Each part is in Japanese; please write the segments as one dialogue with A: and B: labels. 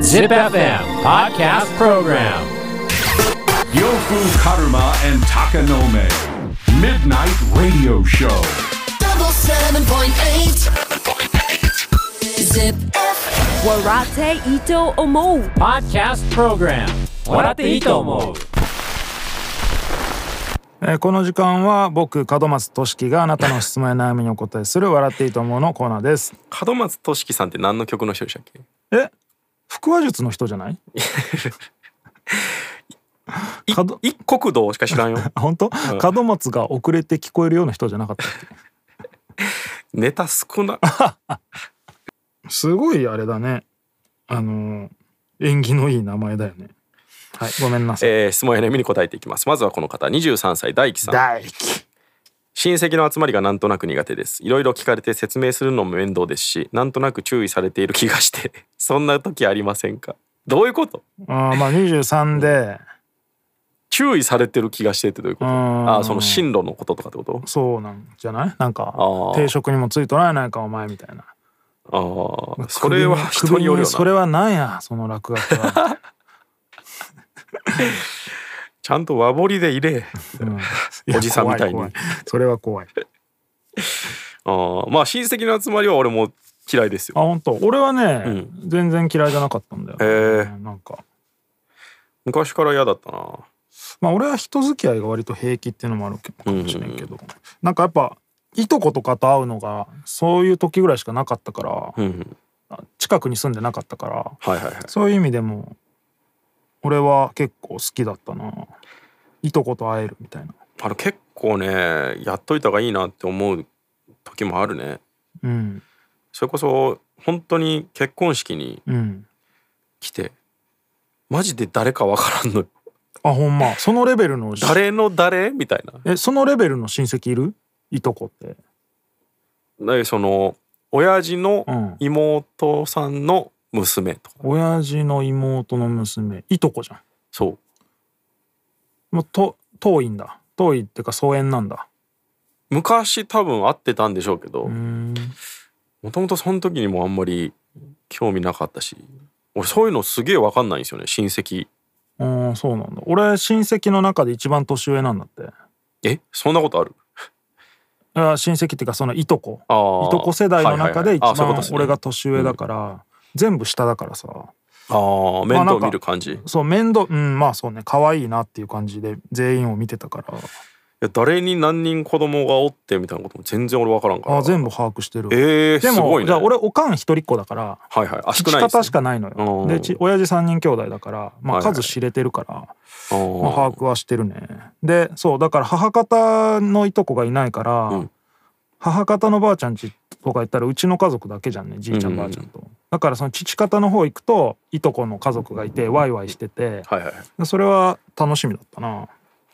A: Zip FM Podcast Program
B: Yofu Karuma and Takanome. Midnight Radio Show.
C: double seven point eight. Zip.
D: Warate Ito Omo.
A: Podcast Program 笑っていいと思う
E: えーこの時間は僕門松俊樹があなたの質問や悩みにお答えする「笑っていいと思う」のコーナーです
F: 門松俊樹さんって何の曲の人でしたっけ
E: え腹話術の人じゃない
F: い
E: 角
F: 一国道しか知 らんよ
E: あ本当、門松が遅れて聞こえるような人じゃなかったっ
F: ネタ少な
E: けすごいあれだねあのー縁起のいい名前だよねはいごめんなさい、
F: えー質問や悩みに答えていきますまずはこの方23歳大輝さん
E: 大輝
F: 親戚の集まりがなんとなく苦手ですいろいろ聞かれて説明するのも面倒ですしなんとなく注意されている気がして そんな時ありませんかどういうこと
E: あーまあ23で
F: 注意されてる気がしてってどういうこと
E: うん
F: あーその進路のこととかってこと
E: そうなんじゃないなんか
F: ー
E: 定職にもついとられないかお前みたいな
F: ああそれは人によるよ
E: それ
F: な
E: はなんやその落書き は、
F: ちゃんと和彫りで入れ
E: うん
F: おじさんみた
E: や
F: いに
E: 怖怖それは怖い
F: あーまあ親戚の集まりは俺も嫌いですよ
E: あ本当俺はね、
F: うん
E: 全然嫌いじゃなかったんだよ、ね
F: へ
E: なんか
F: 昔から嫌だったな
E: まあ俺は人付き合いが割と平気っていうのもあるけどかもしれんけど、なんかやっぱいとことかと会うのがそういう時ぐらいしかなかったから、
F: うんうん
E: 近くに住んでなかったから
F: はいはいはい
E: そういう意味でも俺は結構好きだったないとこと会えるみたいな
F: あの結構ねやっといた方がいいなって思う時もあるね
E: うん
F: それこそ本当に結婚式に
E: うん
F: 来てマジで誰かわから んのよ
E: あほんまそのレベルの
F: 誰の誰みたいな
E: えそのレベルの親戚いるいとこって
F: だからその親父
E: うん
F: の妹さんの娘とか、
E: 親父の妹の娘いとこじゃん
F: そう
E: もうと遠いんだ遠いってか疎遠なんだ
F: 昔多分会ってたんでしょうけど
E: うーん
F: もともとその時にもあんまり興味なかったし俺そういうのすげえわかんないんですよね親戚
E: あーそうなんだ俺親戚の中で一番年上なんだって
F: えそんなことある
E: あ親戚っていうかそのいとこ
F: あー
E: いとこ世代の中で一
F: はいはいはいあそういう
E: 番
F: ことですね
E: 俺が年上だから全部下だからさ
F: ああ面倒見る感じ、い
E: そう面倒うんまあそうね可愛いなっていう感じで全員を見てたから
F: や誰に何人子供がおってみたいなことも全然俺分からんから
E: あ全部把握してる
F: えー、
E: ですも、
F: ごいね
E: じゃあ俺おかん一人っ子だから
F: はいはいあ
E: 仕
F: 少ないです、
E: 方
F: ね、
E: しかないのよ
F: うん
E: でち親父三人兄弟だから、まあ、
F: はいはい
E: 数知れてるから、
F: あ
E: まあ
F: ー
E: 把握はしてるねでそうだから母方のいとこがいないから、
F: うん
E: 母方のばあちゃんちとか行ったらうちの家族だけじゃんねじいちゃんばあちゃんと、だからその父方の方行くといとこの家族がいてワイワイしてて
F: はいはいはい
E: でそれは楽しみだったな
F: あ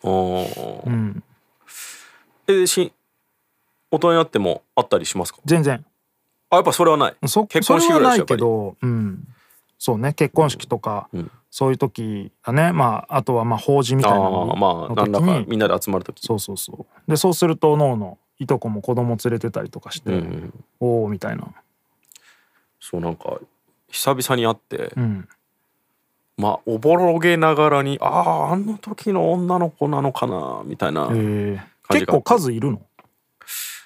E: う
F: ー
E: ん
F: えし大人になってもあったりしますか
E: 全然
F: あやっぱそれはない
E: そ
F: 結婚式
E: それ
F: ぐ
E: は
F: ら
E: ないい
F: でし
E: け
F: ょ
E: ど、うん、そうね結婚式とか、
F: うん
E: そういう時だねまああとはまあ法事みたい
F: あ
E: なの
F: あーまあ
E: の
F: 何
E: 時
F: ら
E: に
F: かみんなで集まる時
E: そうそうそうでそうするとおのおのいとこも子供連れてたりとかして、
F: うんうん、
E: おおみたいな、
F: そうなんか久々に会って、
E: うん、
F: まあおぼろげながらにあああの時の女の子なのかなみたいな、
E: えー
F: 感じ
E: 結
F: が
E: 構数いるの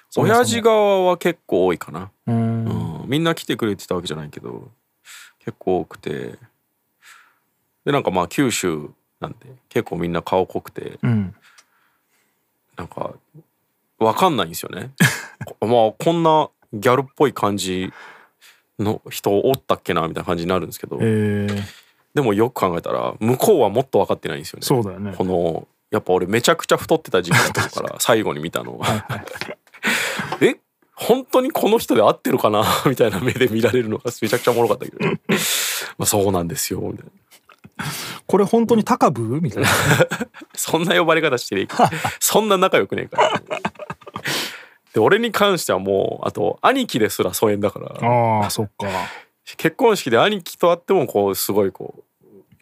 E: そもそも
F: 親父側は結構多いかな
E: うーん
F: うんみんな来てくれてたわけじゃないけど結構多くてでなんかまあ九州なんで結構みんな顔濃くて
E: うん
F: なんかわかんないんですよね こまあこんなギャルっぽい感じの人おったっけなみたいな感じになるんですけど
E: えー
F: でもよく考えたら向こうはもっと分かってないんですよね
E: そうだよね
F: このやっぱ俺めちゃくちゃ太ってた時期だ ったから最後に見たのは え本当にこの人で合ってるかな みたいな目で見られるのがめちゃくちゃおもろかったけ どまあそうなんですよみたいな
E: これ本当に高ぶみたいな
F: そんな呼ばれ方してねえ からそんな仲良くねえからで俺に関してはもうあと兄貴ですら疎遠だから
E: あーそっか
F: 結婚式で兄貴と会ってもこうすごいこ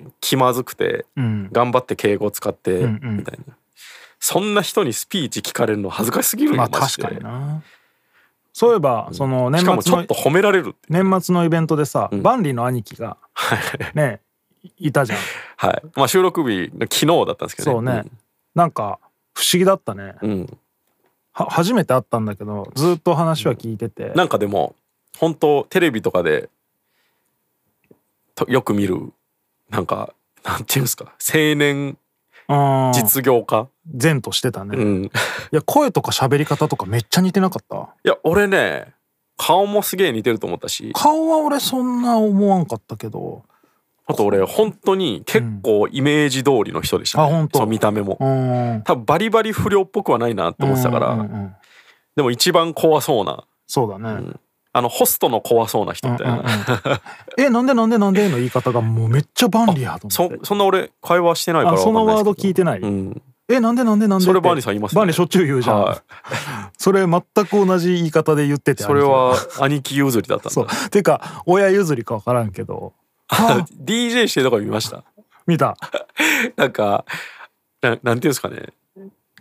F: う気まずくて
E: うん
F: 頑張って敬語使って
E: うんうん
F: みたいな、そんな人にスピーチ聞かれるの恥ずかしすぎるよ
E: まあ
F: マジ
E: 確
F: で
E: かになそういえばその年
F: し
E: 末
F: かもちょ
E: の
F: っと褒められるって
E: 年末のイベントでさ、
F: ん
E: バンリーの兄貴がねいたじゃ ん
F: はいまあ収録日の昨日だったんですけど
E: そうね、なんか不思議だったね
F: うんうん
E: は初めて会ったんだけどずっと話は聞いてて
F: なんかでも本当テレビとかでとよく見るなんかなんていうんですか青年
E: うん
F: 実業家
E: 善としてたね、
F: う
E: い
F: んい
E: や声とか喋り方とかめっちゃ似てなかった
F: や俺ね顔もすげえ似てると思ったし
E: 顔は俺そんな思わんかったけど
F: あと俺本当に結構イメージ通りの人でした、ね
E: あ本当
F: そう見た目も、
E: うん
F: 多分バリバリ不良っぽくはないなって思ってたから、
E: うんうんうん
F: でも一番怖そうな
E: そうだね、
F: あのホストの怖そうな人みたいな、
E: うんうんうんえなんでなんでなんでの言い方がもうめっちゃバンリーやと思
F: そ
E: って
F: そんな俺会話してないか
E: あ
F: ら
E: そのワード聞い
F: て
E: てない、
F: うん
E: えなんでなんでなんで
F: それ
E: って
F: バンリーさん言いますね
E: バンリーしょっちゅう言うじゃん、
F: は
E: それ全く同じ言い方で言ってて
F: それは兄貴譲りだったん
E: そう
F: だ
E: てか親譲りか分からんけどはあ
F: DJ してるとか見ました
E: 見た
F: なんかななんていうんですかね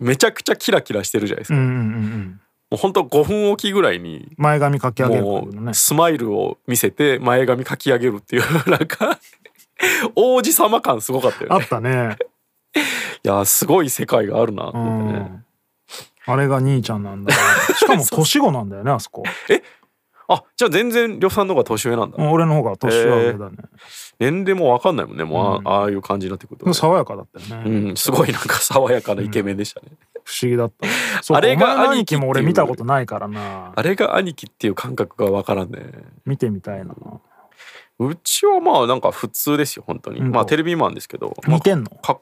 F: めちゃくちゃキラキラしてるじゃないです
E: う
F: か、
E: んうんうんうん
F: もうほんと5分おきぐらいに
E: 前髪かき上げる
F: も
E: のね
F: うスマイルを見せて前髪かき上げるっていう なんか王子様感すごかった
E: あ
F: よね
E: ったね、
F: いやすごい世界があるなと
E: う
F: 思ってね
E: ん、あれが兄ちゃんなんだしかも年子なんだよねあそこ
F: あじゃあ全然呂布さんの方が年上なんだ、
E: うん俺の方が年は上だね、
F: 年齢もわかんないもんねもうあ,、
E: うん
F: ああいう感じになってくると、
E: でも
F: ね
E: 爽やかだったよね、
F: うん、すごいなんか 爽やかなイケメンでしたね、
E: 不思議だったそう
F: あれが
E: お前の兄貴
F: 兄貴ってい
E: も
F: う
E: 俺見たことないからな
F: あれが兄貴っていう感覚がわからんね
E: 見てみたいな
F: うちはまあなんか普通ですよ本当に、
E: うん
F: まあテレビマンですけど
E: 似てんの
F: まあかっ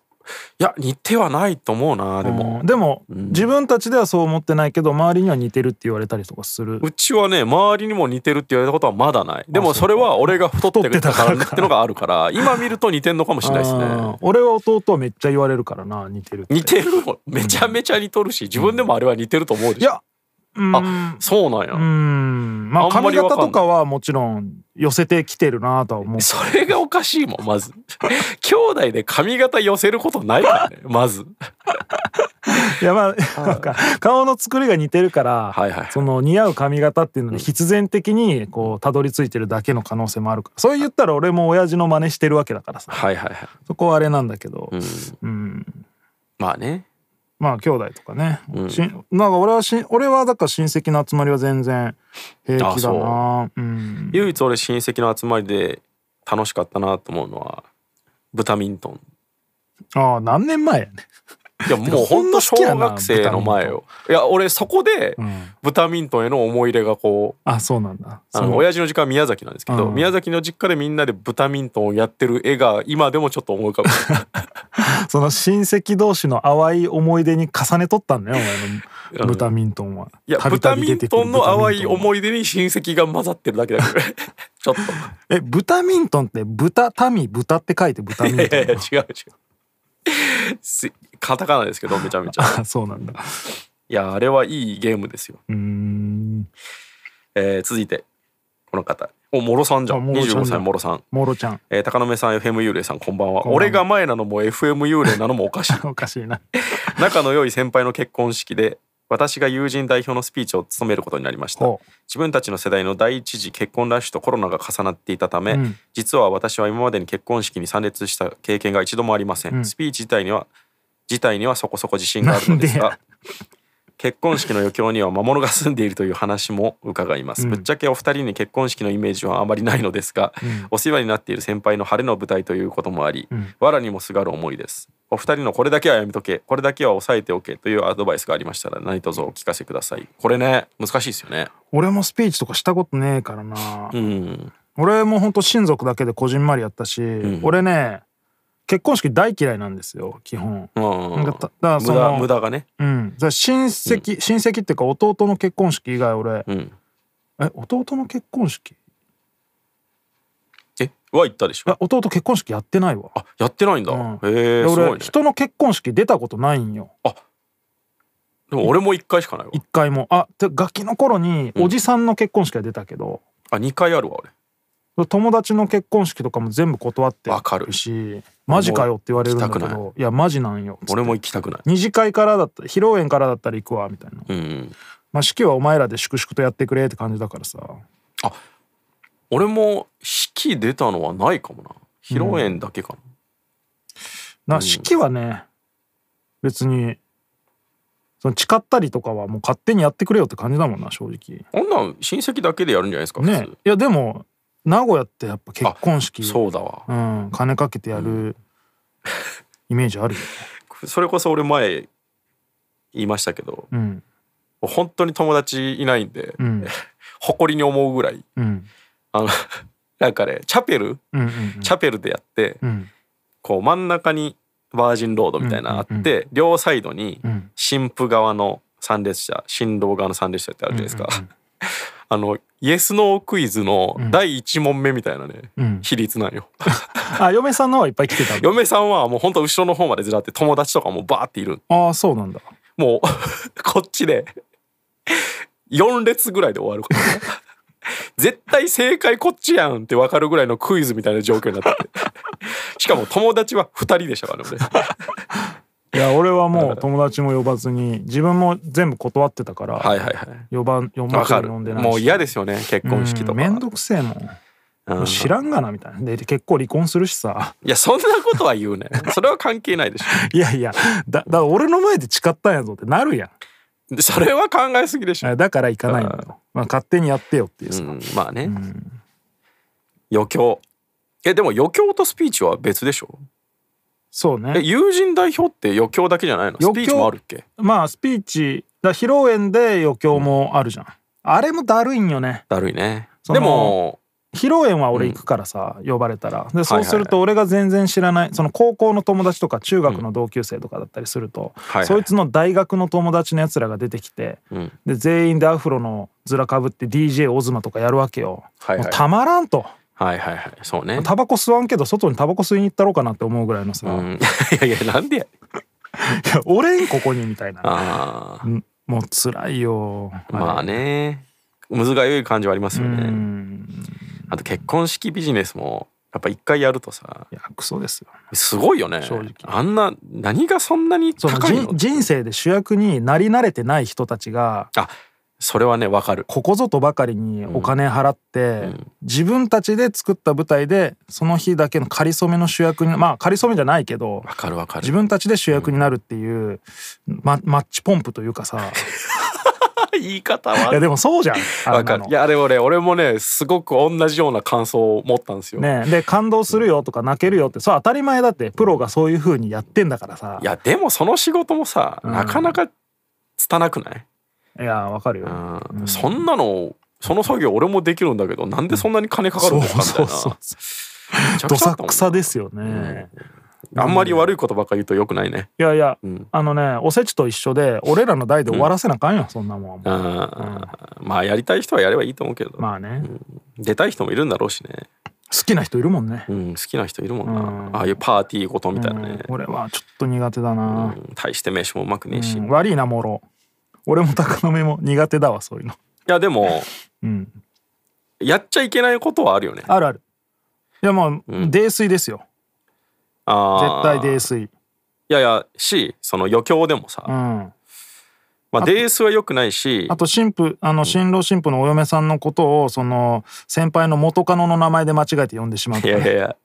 F: いや似てはないと思うなでも、
E: うんでも、
F: うん
E: 自分たちではそう思ってないけど周りには似てるって言われたりとかする
F: うちはね周りにも似てるって言われたことはまだないでも
E: あそ
F: そう
E: か
F: れは俺が太って
E: 太って
F: たから
E: たからか
F: ってのがあるから今見ると似てんのかもしれないです
E: あー
F: ね
E: 俺は弟はめっちゃ言われるからな似てるって
F: 似てるよめちゃめちゃ似とるし自分でもあれは似てると思うで
E: い
F: しょ
E: やうーん
F: そうなんや、
E: うーんまあ
F: あんま
E: 髪
F: りわ
E: 型
F: かんない
E: とかはもちろん寄せてきてるなとは思う
F: それがおかしいもんまず 兄弟で髪型寄せることないから ねまず
E: いやまあ なんか顔の作りが似てるから、
F: はいはいはい
E: その似合う髪型っていうのに必然的にこうたどり着いてるだけの可能性もあるからそう言ったら俺も親父の真似してるわけだからさ
F: はいはいはい、
E: そこはあれなんだけど、
F: うん、
E: うん
F: まあね
E: まあ兄弟とかね、
F: うん
E: しなんか俺はし俺はだから親戚の集まりは全然平気だなうん
F: 唯一俺親戚の集まりで楽しかったなと思うのはブタミントン
E: ああ何年前やね、
F: い やもうほんと小学生の前よいや俺そこで
E: うん、
F: ブタミントンへの思い入れがこう
E: あそうなんだ
F: あ
E: そ
F: の
E: の
F: 親父の実家は宮崎なんですけど、
E: うん
F: 宮崎の実家でみんなでブタミントンをやってる絵が今でもちょっと思い浮かぶ
E: その親戚同士の淡い思い出に重ねとったんだよお前のブタミントンは。
F: いや
E: た
F: ブ
E: び
F: タ
E: たび
F: ミ
E: 出
F: ン
E: てくる
F: トンの淡い
E: い。
F: 思い出に親戚が混ざってるだけだ けどちょっと
E: えブタミントンって豚民豚って書いてブタミン
F: い
E: トン
F: やいや いや違う違うすカタカナですけどめちゃめちゃ
E: あそうなんだ。
F: いやあれはいいゲームですよ、
E: うーん
F: えー続いてこの方おもろさんじゃ
E: あ
F: ん
E: もろさんだ
F: 25歳もろさん、
E: モロちゃん
F: えー、高野目さん FM 幽霊さんこんばんは
E: こんばんは
F: 俺が前なのも FM 幽霊なのもおかしい
E: おかしいな。
F: 仲の良い先輩の結婚式で私が友人代表のスピーチを務めることになりました
E: ほう
F: 自分たちの世代の第一次結婚ラッシュとコロナが重なっていたため、
E: うん
F: 実は私は今までに結婚式に参列した経験が一度もありません、
E: うん
F: スピーチ自体には自体にはそこそこ自信があるのです
E: なんで
F: が結婚式の余興には魔物が住んでいるという話も伺います、
E: うん
F: ぶっちゃけお二人に結婚式のイメージはあまりないのですが、
E: うん
F: お世話になっている先輩の晴れの舞台ということもあり、
E: うん
F: わらにもすがる思いですお二人のこれだけはやめとけこれだけは抑えておけというアドバイスがありましたら何卒お聞かせくださいこれね難しいですよね
E: 俺もスピーチとかしたことねえからな。
F: うん
E: 俺も本当親族だけでこじんまりやったし、
F: ん
E: 俺ね結婚式大嫌いなんですよ基本。
F: うん
E: なんかただから
F: 無
E: そ
F: 駄
E: の
F: 無駄がね、
E: うん、じゃあ親戚、親戚っていうか弟の結婚式以外俺、
F: うん、
E: え弟の結婚式い
F: えは言ったでしょ
E: や弟結婚式やってないわ、
F: あやってないんだ、
E: うん
F: へえ
E: です
F: ごい
E: 俺
F: ね
E: 人の結婚式出たことないんよ
F: でも俺も1回しかないわ
E: 一回もあてガキの頃に
F: ん
E: おじさんの結婚式は出たけど、
F: あ2回あるわ俺
E: 友達の結婚式とかも全部断って
F: わかる
E: しマジかよって言われるんだけ
F: 行きたくな
E: どいやマジなんよ
F: 俺も行きたくない
E: 二次会からだった披露宴からだったら行くわみたいな
F: うん
E: まあ式はお前らで粛々とやってくれって感じだからさ
F: 俺も式出たのはないかもな披露宴だけかな、
E: な式はね別にその誓ったりとかはもう勝手にやってくれよって感じだもんな正直
F: あんなん親戚だけでやるんじゃないですか普通、
E: ねいやでも名古屋ってやっぱ結婚式
F: そうだわ
E: うん、金かけてやるイメージあるよ、
F: それこそ俺前言いましたけど
E: うん
F: 本当に友達いないんで、
E: ん
F: 誇りに思うぐらい
E: うん
F: あの なんかねチャペル
E: うんうん
F: チャペルでやって、
E: うん
F: こう真ん中にバージンロードみたいなのあって、
E: うんうん
F: 両サイドに
E: ん
F: 新婦側の参列者新郎側の参列者ってあるじゃないですか、 あのイエス・ノークイズの第1問目みたいなね、
E: うん
F: 比率なんよ
E: あ嫁さんの方はいっぱい来てたの
F: 嫁さんはもうほんと後ろの方までずらって友達とかもバーっている
E: ああそうなんだ
F: もう こっちで4列ぐらいで終わるから 絶対正解こっちやんって分かるぐらいのクイズみたいな状況になって てしかも友達は2人でしたからね俺
E: いや俺はもう友達も呼ばずに自分も全部断ってたから、
F: はいはいはい。
E: 呼ばん呼
F: わ
E: ばず
F: か
E: に
F: る。
E: 呼んでないし
F: もう嫌ですよね、結婚式とか。
E: うんめんどくせえもん
F: うん
E: もう知らんがなみたいなで結構離婚するしさ
F: いや、そんなことは言うね。 それは関係 ないでし
E: いやいやだだ俺の前で誓ったんやぞってなるや
F: ょ。でそれは考えすぎでしょ。
E: んだから行かないのよ、まあ、勝手にやってよっていう
F: う
E: さ、
F: ん、まあね。余興。え、でも余興とスピーチは別でしょ
E: そう
F: え、
E: ね
F: 友人代表って余興だけじゃないのス
E: 余興
F: ピーチもあるっけ
E: まあスピーチだ披露宴で余興もあるじゃん、あれもだるいんよね
F: だるいね。
E: その
F: でも、
E: 披露宴は俺行くからさ、呼ばれたらでそうする
F: は
E: と俺が全然知らないその高校の友達とか中学の同級生とかだったりすると、
F: はいはい
E: そいつの大学の友達のやつらが出てきて、
F: ん
E: で全員でアフロのズラかぶって DJ オズマとかやるわけよ、
F: はいはい
E: もうたまらんと
F: はいはいはい。そうね。
E: タバコ吸わんけど外にタバコ吸いに行ったろうかなって思うぐらいのさ「
F: う
E: い
F: ん、 いやいや、なんでや。
E: や 俺んここに」みたいな
F: あ
E: うんもう辛いよ
F: あ、まあね。むずがゆい感じはありますよ
E: う
F: ね。
E: ん
F: あと結婚式ビジネスも、やっぱ一回やるとさ、
E: いやクソですよ
F: すごいよね
E: 正直
F: あんな何がそんなに
E: その
F: 高いの
E: 人人生で主役になり慣れてない人たちが
F: あそれはねわかる
E: ここぞとばかりにお金払って、
F: ん
E: 自分たちで作った舞台でその日だけの仮初めの主役にまあ仮初めじゃないけど
F: わかるわかる
E: 自分たちで主役になるっていう、まマッチポンプというか さ
F: 言い方
E: いや
F: は
E: でもそうじゃんあ
F: わ
E: ん
F: か
E: な
F: る
E: の
F: いやあれ俺俺もねすごく同じような感想を持ったんですよ、
E: ねえで感動するよとか泣けるよってそう当たり前だってプロがそういう風にやってんだからさ
F: いやでもその仕事もさ、なかなか拙くない、
E: いやわかるよ、
F: うんそんなのその作業俺もできるんだけどなんでそんなに金かかる
E: そ
F: の
E: う
F: かみたいな
E: そうそう
F: めちゃ
E: ど
F: くちゃ
E: さ
F: だったもん
E: くさですよね、
F: あんまり悪いことばっか言うとよくないね
E: いやいや、
F: ん
E: あのねおせちと一緒で俺らの代で終わらせなあかんよ、そんなもん
F: うんまあやりたい人はやればいいと思うけど、
E: まあね、好
F: 出たい人もいるんだろうしね
E: きな人いるもんね、
F: うん、好きな人いるもんな、
E: うん
F: ああいうパーティーごとみたいなね、
E: 俺はちょっと苦手だ
F: うん
E: な、
F: 大して名刺もうまくねえし、
E: うん
F: い
E: 悪いなもろ俺も高野目も苦手だわそういうの
F: やでも
E: うん
F: やっちゃいけないことはあるよね
E: あるあるいやもう、
F: ん
E: 泥酔ですよ
F: あ
E: 絶対
F: ー
E: 泥酔
F: いやいやしその余興でもさ、
E: うん
F: まあ、デースは良くないし
E: あと新婦あの新郎新婦のお嫁さんのことをその先輩の元カノの名前で間違えて呼んでしまう
F: い
E: とか
F: やい
E: ね
F: やいや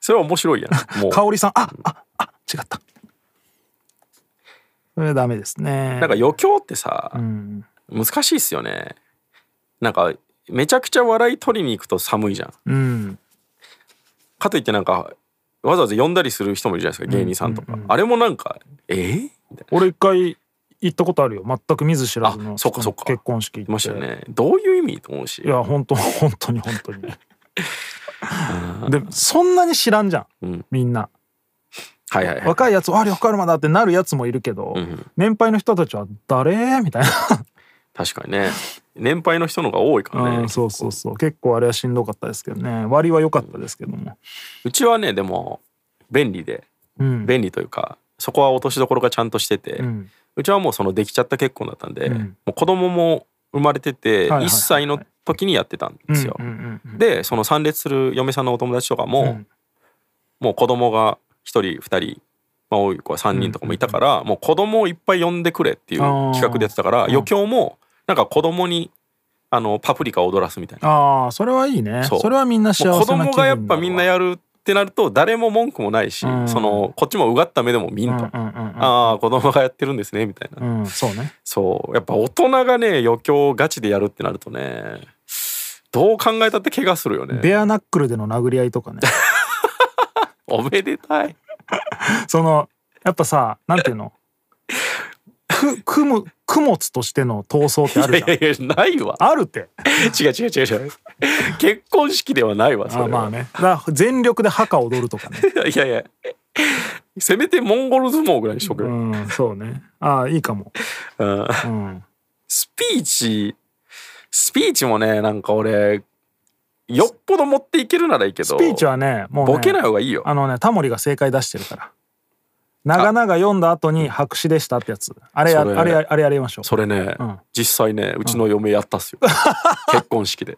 F: それは面白 いやんもう
E: 香織さんあああ違ったそれはダメですね
F: なんか余興ってさ、
E: うん
F: 難しいっすよねなんかめちゃくちゃ笑い取りに行くと寒いじゃん
E: うん
F: かといってなんかわざわざ呼んだりする人もいるじゃないですか芸人さんとか、あれもなんかえー、みたいな
E: 俺一回行ったことあるよ全く見ず知らずの
F: あそっかそっか
E: 結婚式行って
F: ましたよねどういう意味と思うし
E: いや本当本当に本当にでそんなに知らんじゃん、
F: ん
E: みんな
F: はいはいはい
E: 若いやつ「あれカルマだ」ってなるやつもいるけど、
F: ん
E: 年配の人たちは「誰?」みたい
F: 確かにね年配の人の方が多いか
E: な、
F: らね、
E: うん、そうそうそう結構あれはしんどかったですけどね割は良かったですけども、
F: うちはねでも便利で
E: うん、
F: 便利というかそこは落としどころがちゃんとしてて、う
E: うん
F: ちはもうそのできちゃった結婚だったんで、
E: ん
F: もう子供も生まれてて
E: はいはい
F: 1歳の時にやってたんですよ、
E: うんうんうん
F: でその参列する嫁さんのお友達とかも、
E: うん
F: もう子供が1人2人まあ多い子は3人とかもいたから、もう子供をいっぱい呼んでくれっていう
E: あー
F: 企画でやってたから余興もなんか子供にあのパプリカを踊らすみたいな
E: ああそれはいいね
F: そ
E: そうれはみんな幸せな
F: も
E: 気
F: う子
E: 分
F: 供がやっぱみんなやるってなると誰も文句もないし、
E: うん
F: そのこっちもうがった目でも見ん
E: う
F: と、
E: んうんうん
F: ああ子供がやってるんですねみたいな、
E: うんうんそうね
F: そうやっぱ大人がね余興ガチでやるってなるとねどう考えたって怪我するよね
E: ベアナックルでの殴り合いとかね
F: おめでたい
E: そのやっぱさなんていうのく雲雲つとしての闘争っ
F: い
E: てあ
F: や
E: る
F: い
E: じゃん
F: やいやないわ
E: あるって
F: 違う違う違う違う結婚式ではないわそれ
E: あ
F: は
E: まあねだから全力で墓踊るとかね
F: いやいやせめてモンゴル相撲ぐらいにしとく、
E: うんそうねああいいかも
F: うん
E: うん
F: スピーチスピーチもねなんか俺よっぽど持っていけるならいいけど
E: スピーチはねもうね
F: ボケない方がいいよ
E: あのねタモリが正解出してるから長々読んだ後に白紙でしたってやつあれや
F: それ
E: あれやあれやりましょう
F: それね、
E: ん
F: 実際ねうちの嫁やったっすよ、 結婚式で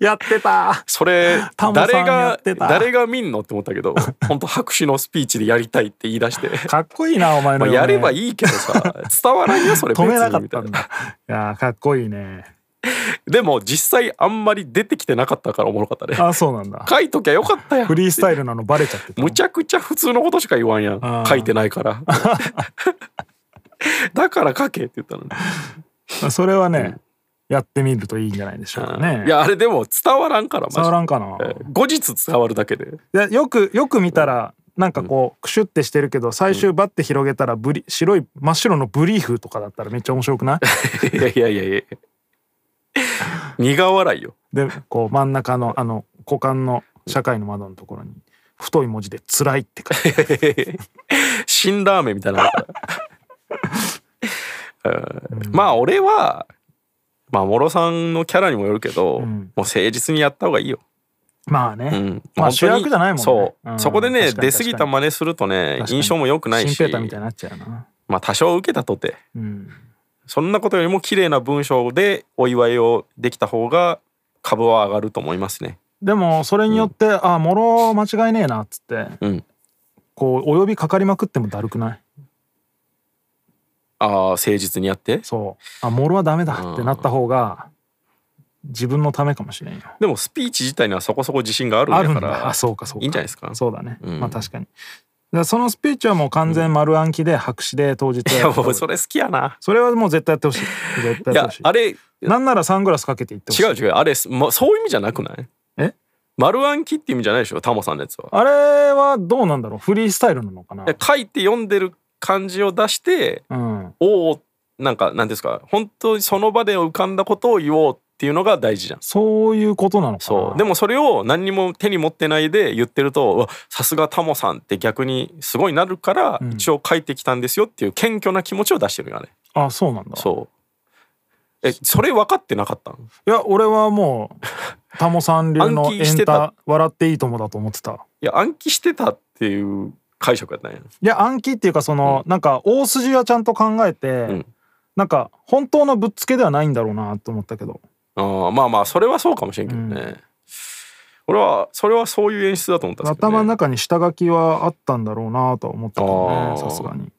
E: やってた
F: それ
E: タモさん
F: 誰
E: や
F: が
E: ってた
F: 誰が見んのって思っ たけど本当白紙のスピーチでやりたいって言い出して
E: かっこいいなお前
F: ま
E: の
F: あ
E: 嫁
F: やればいいけどさ伝わらんよそれ 別
E: 止
F: に
E: めなかっ
F: みた
E: た
F: い
E: ん
F: な
E: だいやーかっこいいね
F: でも実際あんまり出てきてなかったからおもろかったね
E: あそうなんだ
F: 書いときゃよかったやん
E: フリースタイルなのバレちゃってた
F: むちゃくちゃ普通のことしか言わんや
E: あ
F: ん
E: ー
F: 書いてないから だから書けって言ったのね
E: それはねやってみるといいんじゃないでしょうかね
F: いやあれでも伝わらんからマジで
E: 伝わらんかな
F: えー後日伝わるだけで
E: いやよくよく見たらなんかこうクシュってしてるけど最終バッて広げたらブリ白い真っ白のブリーフとかだったらめっちゃ面白くない
F: いやいやいやいや苦笑いよ
E: でこう真ん中のあの股間の社会の窓のところに太い文字で「辛い」って書いてある
F: 辛ラーメンみたいなのだからうんまあ俺はまあもろさんのキャラにもよるけど、
E: ん
F: もう誠実にやった方がいいよ、
E: まあね、
F: うん
E: まあ
F: 本当に
E: 主役じゃないもんね
F: そう、
E: うん
F: そこでね
E: 確かに
F: 出過ぎた真似するとね
E: 確かに
F: 印象も良くない
E: シン
F: し
E: ペーターみたいになっちゃうな
F: まあ多少受けたとて
E: うん
F: そんなことよりも綺麗な文章でお祝いをできた方が株は上がると思いますね
E: でもそれによって、ああもろ間違いねえなっつって
F: うん
E: こうお呼びかかりまくってもだるくない
F: ああ誠実にやって
E: そうあもろはダメだってなった方が自分のためかもしれんよ
F: でもスピーチ自体にはそこそこ自信があるん
E: ある
F: だ
E: ん
F: から
E: だあそうかそうか
F: いいんじゃないですか
E: そうだね、
F: うん
E: まあ確かにだからそのスピーチはもう完全丸暗記で白紙で当日
F: い
E: や
F: や
E: った方
F: も
E: が
F: うそれ好きやな
E: それはもう絶対やってほしい絶対
F: い
E: やって
F: や
E: ほしい
F: あれ違う
E: なんならサングラスかけていってほしい
F: 違うあれ、ま、そういう意味じゃなくない
E: え
F: 丸暗記って意味じゃないでしょタモさんのやつは
E: あれはどうなんだろうフリースタイルなのかない
F: や書いて読んでる感じを出して
E: うん
F: おおなんかなんていうんですか本当にその場で浮かんだことを言おうっていうのが大事じゃん
E: そういうことなのかな
F: そうでもそれを何にも手に持ってないで言ってるとうわさすがタモさんって逆にすごいなるから、
E: ん
F: 一応書いてきたんですよっていう謙虚な気持ちを出してるよね
E: あそうなんだ
F: そうえそれ分かってなかったの
E: いや俺はもう タモさん流の
F: 暗記
E: エ
F: し
E: ン
F: てた
E: タ笑っていいともだと思ってた
F: いや暗記してたっていう解釈やったんや
E: いや暗記っていうかその、なんか大筋はちゃんと考えて、
F: ん
E: なんか本当のぶっつけではないんだろうなと思ったけど
F: あーまあまあそれはそうかもしれんけどね、俺はそれはそういう演出だと思ったんですけど、ね、
E: 頭の中に下書きはあったんだろうなとは思ってた
F: あ
E: ね
F: ー
E: さすがに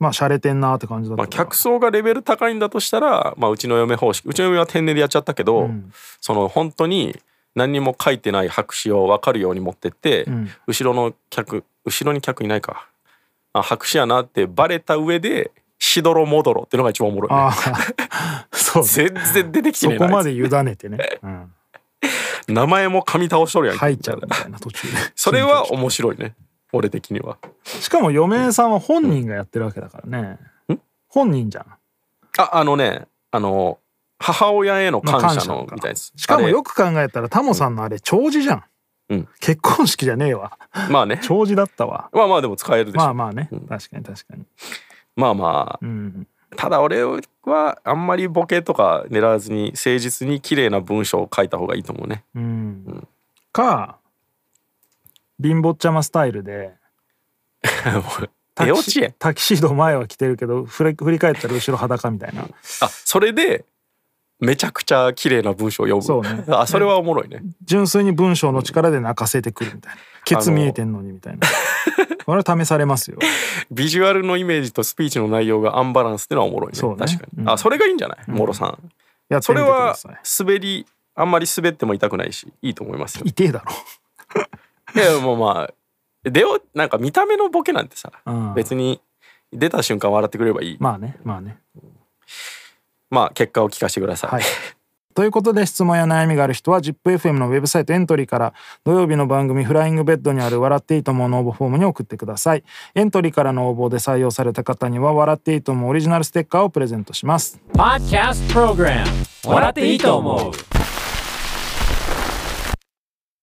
E: まあ洒落てんなって感じだっ
F: ま
E: た
F: あ、
E: けど
F: 客層がレベル高いんだとしたら、まあ、うちの嫁方式うちの嫁は天然でやっちゃったけど、
E: ん
F: その本当に何にも書いてない白紙を分かるように持ってって、
E: ん
F: 後ろの客後ろに客いないかあ白紙やなってバレた上でしどろもどろっていうのが一番おもろいね、
E: ああ そうね
F: 全然出てきて
E: そ
F: ねえな
E: こまで
F: あい
E: 委ねてね、 うん、
F: つ名前も噛み倒しとるやんけ
E: 入っちゃうみたいな途中で
F: それは面白いね俺的には
E: しかも嫁さんは本人がやってるわけだからね、本人じゃん
F: ああのねあの母親への感
E: ま
F: 謝
E: あ
F: の
E: 感謝
F: みたいなやつ
E: しかもよ
F: く
E: く考えたらタモさんのあれ長寿じゃん、
F: うん
E: 結婚式じゃねえわ
F: まあね
E: 長寿だったわ
F: まあまあでも使えるでしょ、
E: ま
F: ま
E: あまあ
F: あ、
E: ね、確かに確かに
F: まあまあ
E: うん
F: ただ俺はあんまりボケとか狙わずに誠実に綺麗な文章を書いた方がいいと思う ね
E: うん、か貧乏ちゃまスタイルでタ
F: 手
E: キ
F: 落ち
E: シ
F: やん
E: タキシード前は着てるけど振り振り返ったら後ろ裸みたいな
F: あそれでめちゃくちゃ綺麗な文章を読む
E: そうね
F: あそれはおもろいね
E: 純粋に文章の力で泣かせてくるみたいなケツ見えてんのにみたいなこれは試されますよ。
F: ビジュアルのイメージとスピーチの内容がアンバランスってのはおもろいね
E: そうね
F: 確かに、
E: うん
F: あそれがいいんじゃないもろさん、
E: やって
F: そ
E: み
F: れ
E: てくだ
F: は
E: さい。
F: 滑りあんまり滑っても痛くないしいいと思いますよ
E: 痛えだろ。
F: いやもうまあでをなんか見た目のボケなんてさ、
E: うん
F: 別に出た瞬間笑ってくれればいい、ま
E: まあね、まあね。
F: あ結果を聞かせてください、
E: はい。ということで質問や悩みがある人は ZIPFM のウェブサイトエントリーから土曜日の番組「フライングベッド」にある「笑っていいと思う」の応募フォームに送ってくださいエントリーからの応募で採用された方には「笑っていいと思う」オリジナルステッカーをプレゼントします
A: Podcast Program 笑っていいと思う